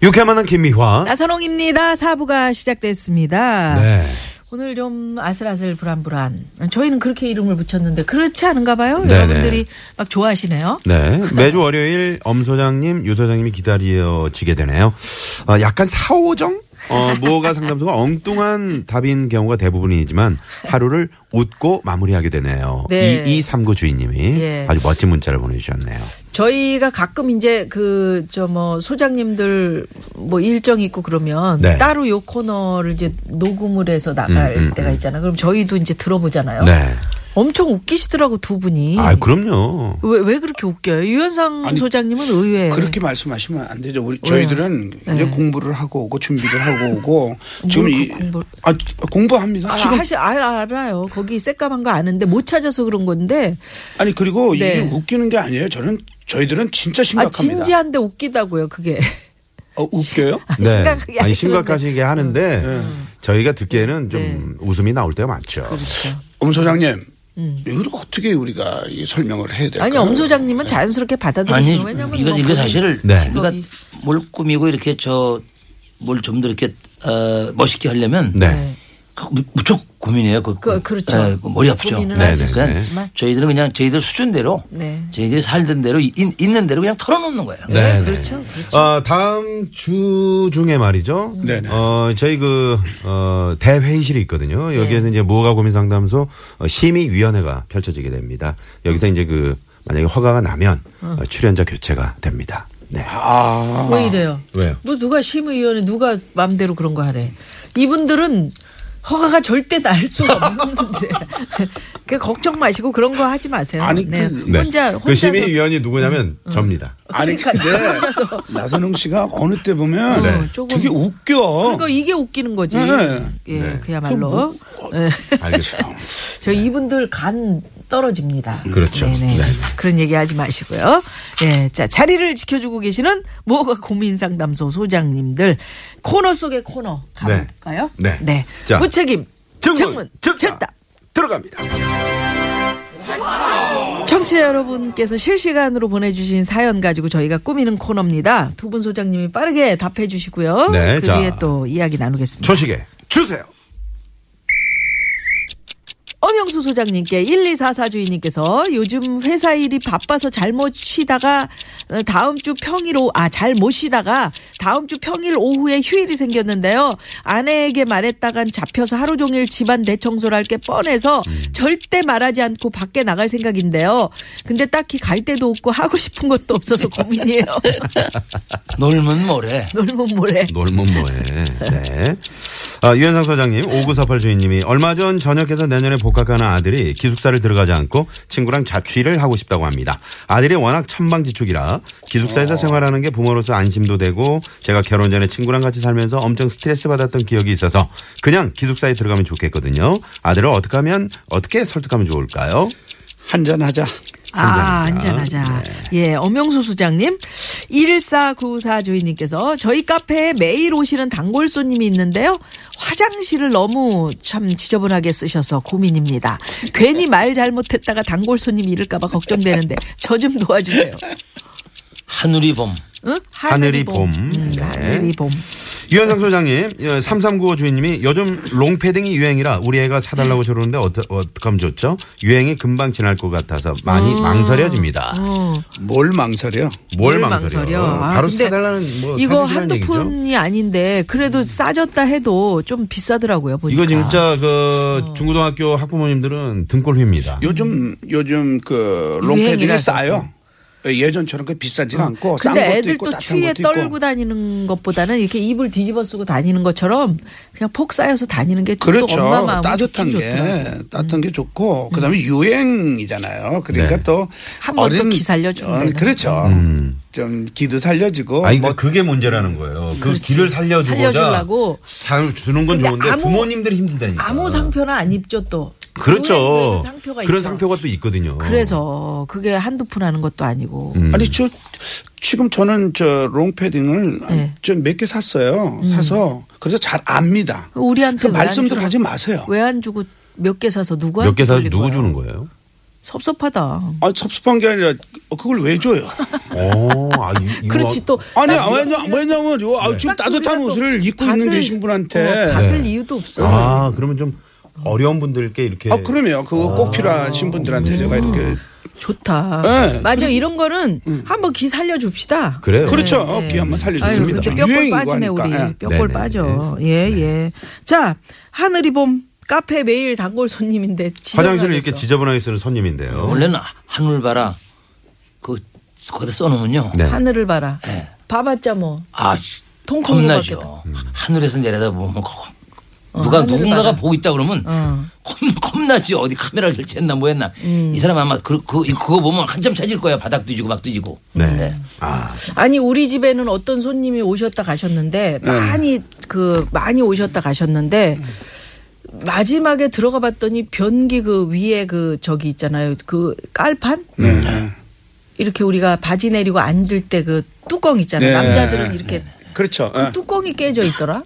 유쾌한 만남 김미화. 나선홍입니다. 사부가 시작됐습니다. 네. 오늘 좀 아슬아슬 불안불안. 저희는 그렇게 이름을 붙였는데 그렇지 않은가 봐요. 네네. 여러분들이 막 좋아하시네요. 네. 매주 월요일 엄 소장님, 유 소장님이 기다려지게 되네요. 아, 약간 사오정? 어, 무허가 상담소가 엉뚱한 답인 경우가 대부분이지만 하루를 웃고 마무리하게 되네요. 네. 2239 주인님이 예. 아주 멋진 문자를 보내주셨네요. 저희가 가끔 이제 그 저 뭐 소장님들 뭐 일정 있고 그러면 네. 따로 요 코너를 이제 녹음을 해서 나갈 음, 음, 때가 음. 있잖아. 그럼 저희도 이제 들어보잖아요. 네. 엄청 웃기시더라고 두 분이. 아, 그럼요. 왜, 왜 그렇게 웃겨요? 유현상 아니, 소장님은 의외예요. 그렇게 말씀하시면 안 되죠. 우리 왜요? 네. 저희들은 이제 공부를 하고 오고 준비를 하고 오고 지금 그 이, 공부를- 아, 공부합니다. 아, 지금 사실 아, 알아요. 거기 새까만 거 아는데 못 찾아서 그런 건데 아니 그리고 네. 이게 웃기는 게 아니에요. 저는 저희들은 진짜 아 심각합니다. 진지한데 웃기다고요. 그게 어, 웃겨요? 아, 아니, 심각하게 하시는데. 네. 음. 심각하시게 하는데 저희가 듣기에는 좀 네. 그렇죠. 웃음이 나올 때가 많죠. 엄 소장님. 이걸 어떻게 우리가 이 설명을 해야 될까요? 음. 아니 엄 소장님은 자연스럽게 아니 받아들이시는 왜냐면 이거 뭐 이거 거기- 사실을 네. 우리가 직업이. 뭘 꾸미고 이렇게 저 뭘 좀 더 이렇게 어, 멋있게 하려면 네. 그 무- 무척 고민이에요. 그, 그- 그렇죠. 예, 그 머리 아프죠. 고민을 할 수 그러니까 있지만. 저희들은 그냥 저희들 수준대로 네. 저희들이 살던 대로 이- 인- 있는 대로 그냥 털어놓는 거예요. 네. 그렇죠. 어, 다음 주 중에 말이죠. 네네. 어, 저희 그, 어, 대회의실이 있거든요. 네. 여기에서 이제 무허가 고민 상담소 어, 심의위원회가 펼쳐지게 됩니다. 여기서 이제 그, 만약에 허가가 나면 어, 출연자 교체가 됩니다. 네. 아, 왜 이래요? 왜요? 뭐 누가 심의위원회 누가 맘대로 그런 거 하래? 이분들은 허가가 절대 날 수가 없는데 그 걱정 마시고 그런 거 하지 마세요. 아니, 그- 네. 혼자 혼자서 음, 그 심의위원이 누구냐면 접니다. 아니 근데 나선홍 씨가 어느 때 보면 네. 그러니까 어, 조금 되게 웃겨. 그러니까 이게 웃기는 거지. 네. 예, 네. 그야말로. 네. 알겠습니다. 저 이분들 간 떨어집니다. 네. 그렇죠. 네네. 네. 그런 얘기 하지 마시고요. 예, 자 자리를 지켜주고 계시는 뭐가 고민 상담소 소장님들 코너 속의 코너 가볼까요? 네. 네. 자. 무책임 증문, 증문 증답. 증답. 들어갑니다. 청취자 여러분께서 실시간으로 보내주신 사연 가지고 저희가 꾸미는 코너입니다. 두 분 소장님이 빠르게 답해 주시고요. 네, 그 자. 뒤에 또 이야기 나누겠습니다. 초식에 주세요. 엄영수 소장님께 1244 주인님께서 요즘 회사 일이 바빠서 잘못 쉬다가 어, 다음 주 평일 오아잘 못 쉬다가 다음 주 평일 오후에 휴일이 생겼는데요. 아내에게 말했다간 잡혀서 하루 종일 집안 대청소를 할 게 뻔해서 절대 말하지 않고 밖에 나갈 생각인데요. 근데 딱히 갈 데도 없고 하고 싶은 것도 없어서 고민이에요. 놀면 뭐래. 놀면 뭐래. 놀면 뭐해. 네. 아, 유현상 소장님, 5948 주인님이 얼마 전 전역해서 내년에 복학하는 아들이 기숙사를 들어가지 않고 친구랑 자취를 하고 싶다고 합니다. 아들이 워낙 천방지축이라 기숙사에서 생활하는 게 부모로서 안심도 되고 제가 결혼 전에 친구랑 같이 살면서 엄청 스트레스 받았던 기억이 있어서 그냥 기숙사에 들어가면 좋겠거든요. 아들을 어떻게 하면 어떻게 설득하면 좋을까요? 한잔 하자. 아, 안전하자. 네. 예, 엄영수 소장님. 1494 주인님께서 저희 카페에 매일 오시는 단골 손님이 있는데요. 화장실을 너무 참 지저분하게 쓰셔서 고민입니다. 괜히 말 잘못했다가 단골 손님 이럴까봐 걱정되는데 저 좀 도와주세요. 하늘이 봄. 응? 하늘이 봄. 음, 네. 하늘이 봄. 유현상 소장님, 3395 주인님이 요즘 롱패딩이 유행이라 우리 애가 네. 사달라고 저러는데 어떠, 어떡하면 좋죠? 유행이 금방 지날 것 같아서 많이 망설여집니다. 뭘 망설여? 뭘 어, 뭘 망설여? 어, 아, 바로 근데 사달라는 뭐 이거 사주시라는 한두 얘기죠? 음. 푼이 아닌데 그래도 싸졌다 해도 좀 비싸더라고요. 보니까. 어. 이거 진짜 그 중고등학교 학부모님들은 등골 휩니다. 요즘 요즘 그 롱패딩이 유행이라서. 어. 싸요. 예전처럼 그 비싸지가 않고 싼 것도 근데 애들 있고 또 따뜻한 추위에 것도 있고. 떨고 다니는 것보다는 이렇게 이불 뒤집어 쓰고 다니는 것처럼 그냥 폭 쌓여서 다니는 게또 그렇죠. 엄마 마음 따뜻한 게 그러니까. 따뜻한 음. 게 좋고 그다음에 유행이잖아요. 그러니까 네. 음. 또 한번또 어린 기살려주면 어, 되는. 그렇죠. 저 좀 기도 살려주고 아니, 뭐 그러니까 그게 문제라는 거예요. 그 길을 살려주고자 살려주려고. 사- 주는 건 근데 좋은데 아무- 부모님들이 힘들다니까. 아무 상표나 안 입죠 또. 그렇죠. 노예들은 상표가 그런 있죠. 상표가 또 있거든요. 그래서 그게 한두 푼 하는 것도 아니고. 음. 아니 저 지금 저는 저 롱패딩을 네. 음. 좀 몇 개 샀어요. 사서 그래서 잘 압니다. 우리한테 그 왜안 말씀들 주고- 하지 마세요. 왜 안 주고 몇 개 사서 누구한테 몇 개 사 돌릴 누구 거야? 주는 거예요? 섭섭하다. 아 섭섭한 게 아니라 그걸 왜 줘요? 오, 아, 이, 이거 그렇지 또 아니 나- 왜냐 왜냐면 요 아, 지금 딱 우리가 따뜻한 또 옷을 입고 있는 받을- 계신 어, 분한테 받을 이유도 없어. 네. 아, 그러면 좀 어려운 분들께 이렇게 네. 아 그러면 그거 꼭 필요하신 분들한테 제가 이렇게 음. 좋다. 네. 맞아 이런 거는 음. 한번 기 살려줍시다. 그래요. 그렇죠. 그렇죠 네, 네. 귀 한번 아유, 살려줍니다. 이렇게 뼈골 유행이고 빠지네 하니까. 우리 예. 네, 뼈골 네, 빠져. 예 예. 자 하늘이 봄 카페 매일 단골 손님인데 화장실을 지저분하겠어. 이렇게 지저분하게 쓰는 손님인데요. 원래는 하늘 봐라 그 거기다 써놓으면요. 네. 하늘을 봐라. 네. 봐봤자 뭐 아 통콩이 겁나죠. 음. 하늘에서 내려다 보면 거- 누가 어, 하늘을 누군가가 봐라. 보고 있다 그러면 어. 겁, 나지 어디 카메라를 설치했나 뭐 했나 음. 이 사람 아마 그, 그 그거 보면 한참 찾을 거야 바닥 뒤지고 막 뒤지고 네. 아, 아니 우리 집에는 어떤 손님이 오셨다 네. 가셨는데 많이 그 많이 오셨다 가셨는데 마지막에 들어가 봤더니 변기 그 위에 그 저기 있잖아요 그 깔판 네. 이렇게 우리가 바지 내리고 앉을 때 그 뚜껑 있잖아요 네. 남자들은 이렇게 그렇죠. 그 예. 뚜껑이 깨져 있더라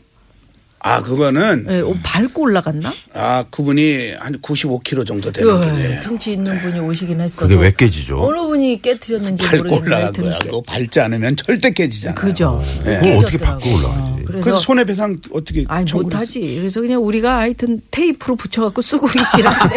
아 그거는 예, 어, 밟고 올라갔나 아 그분이 한 95kg 정도 되는 예, 분이에요. 등치 있는 분이 오시긴 했어도 그게 왜 깨지죠? 어느 분이 깨뜨렸는지 밟고 모르겠는데 올라간 하여튼 거야. 그거 밟지 않으면 절대 깨지잖아. 그죠 그걸 어떻게 받고 깨졌더라고요. 올라가지? 그래서, 그래서 손해배상 어떻게 아니 뭐 청구를 못하지. 그래서 그냥 우리가 하여튼 테이프로 붙여갖고 쓰고 있긴 한데.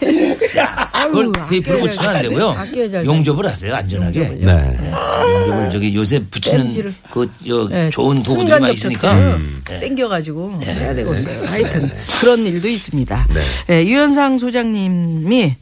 그걸 아유, 테이프로 아껴야 붙이면 안 음, 잘- 되고요 아껴야 잘 용접을 하세요 안전하게 네. 용접을 저기 요새 붙이는 렌즈를. 그 저 네, 좋은 도구들이 순간적 많이 있으니까 처치를 음. 네. 땡겨가지고 해야 되겠어요. 하여튼 그런 일도 있습니다. 네. 예, 유현상 소장님이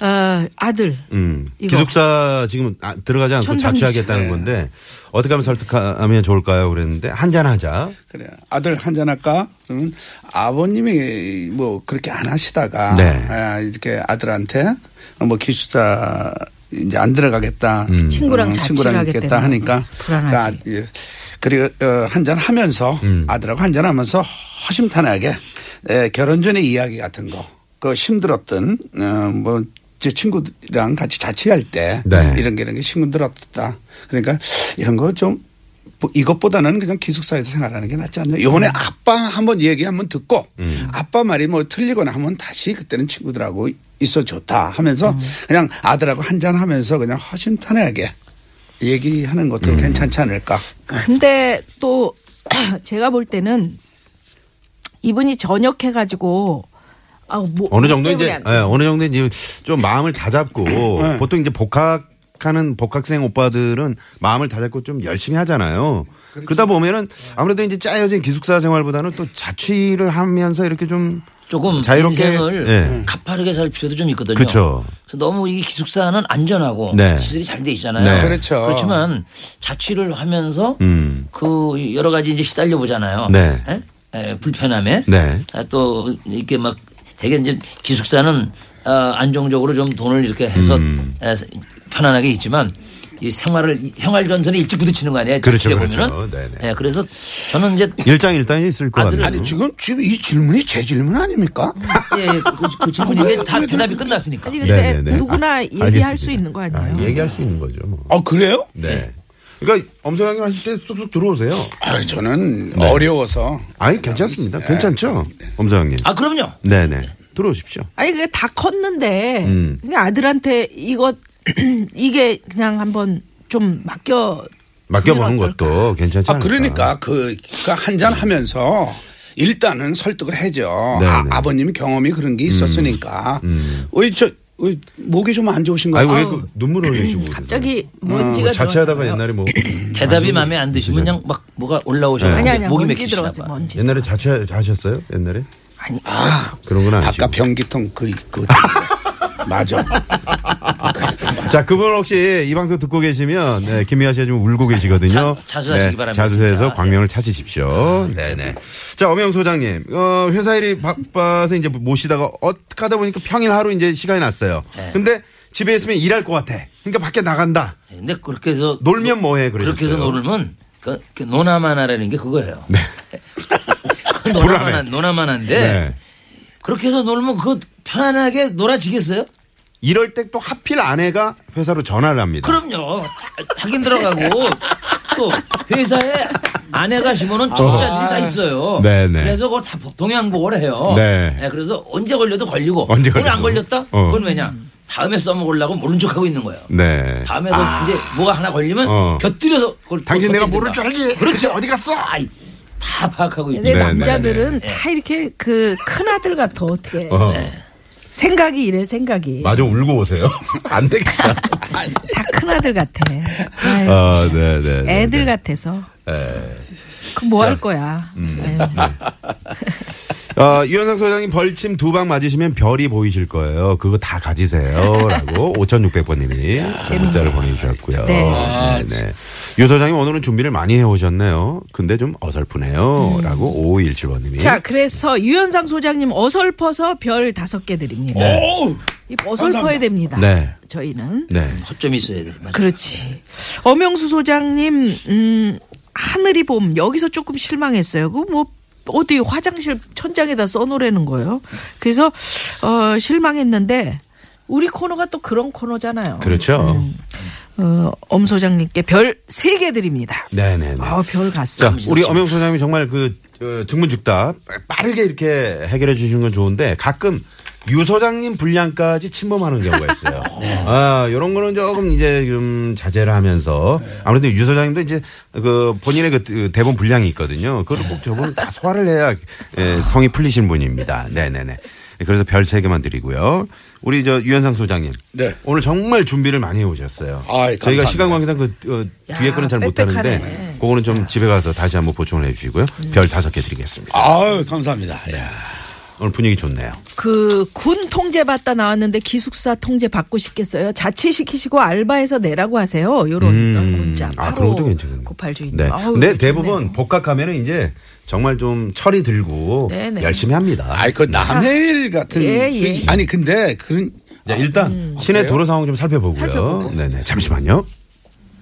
어, 아들 음. 이거. 기숙사 지금 아, 들어가지 않고 천당지. 자취하겠다는 건데 어떻게 하면 설득하면 좋을까요? 그랬는데 한잔 하자. 그래 아들 한잔 할까? 그러면 아버님이 뭐 그렇게 안 하시다가 네. 아, 이렇게 아들한테 뭐 기숙사 이제 안 들어가겠다 친구랑 어, 자취를 친구랑 하게 있겠다 되면 음. 하니까 불안하지. 그러니까 아, 예. 그리고 어, 한잔 하면서 아들하고 한잔 하면서 허심탄회하게 에, 결혼 전에 이야기 같은 거 그 힘들었던 어, 뭐제 친구랑 같이 자취할 때 네. 이런 게 이런 게 힘들었다 그러니까 이런 거좀 뭐 이것보다는 그냥 기숙사에서 생활하는 게 낫지 않냐. 음. 요번에 아빠 한번 얘기 한번 듣고 아빠 말이 뭐 틀리거나 하면 다시 그때는 친구들하고 있어 좋다 하면서 그냥 아들하고 한잔 하면서 그냥 허심탄회하게 얘기하는 것도 음. 괜찮지 않을까. 근데 또 제가 볼 때는 이분이 전역해가지고 아, 뭐, 어느 뭐 정도 때문에 이제 안 돼. 예, 어느 정도 이제 좀 마음을 다잡고 보통 이제 복학 하는 복학생 오빠들은 마음을 다잡고 좀 열심히 하잖아요. 그러다 보면은 아무래도 이제 짜여진 기숙사 생활보다는 또 자취를 하면서 이렇게 좀 조금 자유롭게, 인생을 예. 가파르게 살 필요도 좀 있거든요. 그쵸. 래서 너무 이 기숙사는 안전하고 네. 시설이 잘 돼 있잖아요. 네. 그렇죠. 그렇지만 자취를 하면서 음. 그 여러 가지 이제 시달려 보잖아요. 예? 네. 불편함에 네. 아, 또 이렇게 막 되게 이제 기숙사는 아, 안정적으로 좀 돈을 이렇게 해서 음. 에, 편안하게 있지만 이 생활을 이 생활 전선에 일찍 부딪히는 거 아니에요? 그렇죠, 자취를 그렇죠. 보면은. 네네. 예, 그래서 저는 이제 일장일단이 있을 것 아들은 같네요. 아니 지금 지금 이 질문이 제 질문 아닙니까? 예, 그, 그 질문인데 다 대답이 끝났으니까. 아니 근데 네네네. 누구나 아, 얘기할 알겠습니다. 수 있는 거 아니에요? 아, 얘기할 수 있는 거죠. 뭐. 아 그래요? 네. 그러니까 엄성형님 하실 때 쑥쑥 들어오세요. 아 저는 어려워서 네. 아니 괜찮습니다. 괜찮죠, 엄성형님. 아, 그럼요. 네네. 들어오십시오. 아니 그게 다 컸는데 음. 그냥 아들한테 이거 이게 그냥 한번 좀 맡겨 맡겨보는 주면 어떨까? 것도 괜찮지 아 않을까. 그러니까 그 그러니까 한잔 하면서 일단은 설득을 해죠. 네, 아, 네. 음. 아버님이 경험이 그런 게 있었으니까. 어이 저 어이, 목이 좀 안 좋으신 거 아니 같아요. 왜그 눈물 흘리시고 그러세요? 갑자기 먼지가 음. 자취하다가 들어갔어요. 옛날에 뭐 대답이 마음에 안 드시면 그냥 막 뭐가 올라오셔. 네. 아니 아니 목이 먼지 맥히시나 네. 들어갔어요 봐. 먼지 옛날에 자취하셨어요? 옛날에? 아니 그런 건 아니시고. 아까 변기통 그 그. 맞아. 자, 그분 혹시 이 방송 듣고 계시면 네, 김미아 씨가 지금 울고 계시거든요. 네, 자- 자수하시기 바랍니다, 자수해서 진짜. 아, 광명을 찾으십시오. 네, 네. 자, 엄영 소장님. 어, 회사 일이 바빠서 이제 모시다가 어떻게 하다 보니까 평일 하루 이제 시간이 났어요. 네. 근데 집에 있으면 일할 것 같아. 그러니까 밖에 나간다. 근데 그렇게 해서 놀면 뭐해, 그러셨어요. 네. 그렇게 해서 놀면 그, 그 노나마나라는 게 그거예요. 그 노나마나 불안해. 노나마나인데 네. 그렇게 해서 놀면 그거 편안하게 놀아지겠어요? 이럴 때 또 하필 아내가 회사로 전화를 합니다. 그럼요. 확인 들어가고 또 회사에 아내가 심어놓은 적자들이 다 있어요. 네네. 그래서 그걸 다 동양보고를 해요. 네. 그래서 언제 걸려도 걸리고 언제 오늘 안 걸려도. 걸렸다? 어. 그건 왜냐? 다음에 써먹으려고 모른 척하고 있는 거예요. 네. 다음에 그 이제 뭐가 하나 걸리면 어. 곁들여서 그걸 당신 내가 모를 던진다. 줄 알지? 그렇지 어디 갔어? 아이, 다 파악하고 있죠. 근데 네, 남자들은 네, 네. 다 이렇게 그 큰 아들 같아 어떻게 네. 어. 생각이 이래 생각이 마저 울고 오세요. 안 되겠다. 다 큰 아들 같아. 아유, 아, 네, 네. 네, 애들 네. 같아서 네. 그 뭐 할 거야. 음. 네. 어, 유현상 소장님 벌침 두 방 맞으시면 별이 보이실 거예요. 그거 다 가지세요. 라고 5600번님이 문자를 보내주셨고요. 네. 유 소장님 오늘은 준비를 많이 해오셨네요. 근데 좀 어설프네요. 라고 5517번님이. 음. 자, 그래서 유현상 소장님 어설퍼서 별 다섯 개 드립니다. 이 어설퍼야 됩니다. 네. 저희는 네. 허점이 있어야 돼. 맞아. 그렇지. 엄영수 소장님 음 하늘이 봄 여기서 조금 실망했어요. 그 뭐 어디 화장실 천장에다 써놓으라는 거예요. 그래서 어 실망했는데 우리 코너가 또 그런 코너잖아요. 그렇죠. 음. 어, 엄 소장님께 별 세 개 드립니다. 네네네. 아, 별 자, 갔어. 우리 엄영 소장님이 정말 그 어, 증문즉답 빠르게 이렇게 해결해 주시는 건 좋은데 가끔 유 소장님 분량까지 침범하는 경우가 있어요. 네. 아, 요런 거는 조금 이제 좀 자제를 하면서 아무래도 유 소장님도 이제 그 본인의 그 드- 대본 분량이 있거든요. 그걸 꼭 저분 다 소화를 해야 예, 성이 풀리신 분입니다. 네네네. 그래서 별 세 개만 드리고요. 우리 저 유현상 소장님. 네. 오늘 정말 준비를 많이 해 오셨어요. 아이, 저희가 감사합니다. 시간 관계상 그 어, 뒤에 야, 거는 잘 빽빽하네. 음. 못하는데 그거는 좀 집에 가서 다시 한번 보충을 해주시고요. 별 다섯 개 드리겠습니다. 아유 감사합니다. 예. 오늘 분위기 좋네요. 그 군 통제 받다 나왔는데 기숙사 통제 받고 싶겠어요. 자취시키시고 알바해서 내라고 하세요. 요런 문자. 아, 그런 것도 괜찮은데. 고팔 주인. 네. 근데 대부분 복학하면은 이제 정말 좀 철이 들고 네, 네. 열심히 합니다. 아이 그 남해일 같은 예, 예. 그- 아니 근데 그런 자, 일단 시내 그래요? 도로 상황 좀 살펴보고요. 네네. 잠시만요.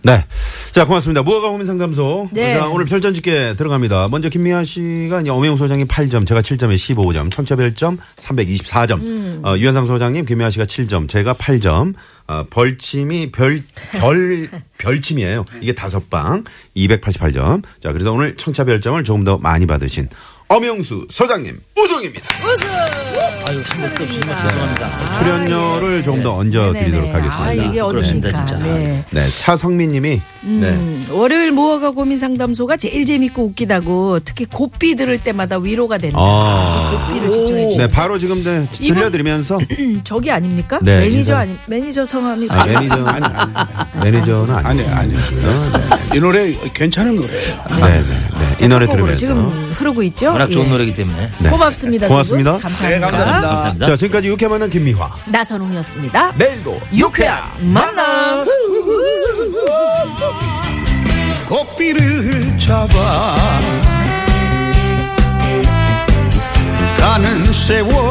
네. 자, 고맙습니다. 무허가 고민 상담소. 네. 자, 오늘 별점 집계 들어갑니다. 먼저 김미아 씨가 이제 엄영 소장님 8점, 제가 7점에 15점, 청차 별점 324점. 어, 유현상 소장님, 김미아 씨가 7점, 제가 8점. 어, 벌침이 별, 별, 별침이에요. 이게 다섯 방, 288점. 자, 그래서 오늘 청차 별점을 조금 더 많이 받으신 엄영수 소장님 우승입니다. 아유 한 것도 없이 정말 죄송합니다. 출연료를 조금 더 얹어 드리도록 하겠습니다. 아, 이게 부끄럽습니다, 어렵니까. 진짜. 네. 네, 차성민님이 네. 음, 월요일 무허가 고민 상담소가 제일 재밌고 웃기다고 특히 고삐 들을 때마다 위로가 된다. 아. 고삐를 시청해 네, 바로 지금 네, 이분- 들려드리면서 주신 저기 아닙니까? 네, 매니저 인사- 아니 매니저 성함이 아, 매니저 아니 아니 매니저는 아니 아니 아니 이 노래 괜찮은 노래예요. 네, 네, 네. 이 노래 들으면서 지금 흐르고 있죠. 워낙 좋은 예. 노래이기 때문에. 네. 고맙습니다. 두 고맙습니다. 분. 감사합니다. 네, 감사합니다. 감사합니다. 자, 지금까지 유쾌 만난 김미화. 나선홍이었습니다. 내일도 유쾌한 만남. 고삐를 잡아 가는 세월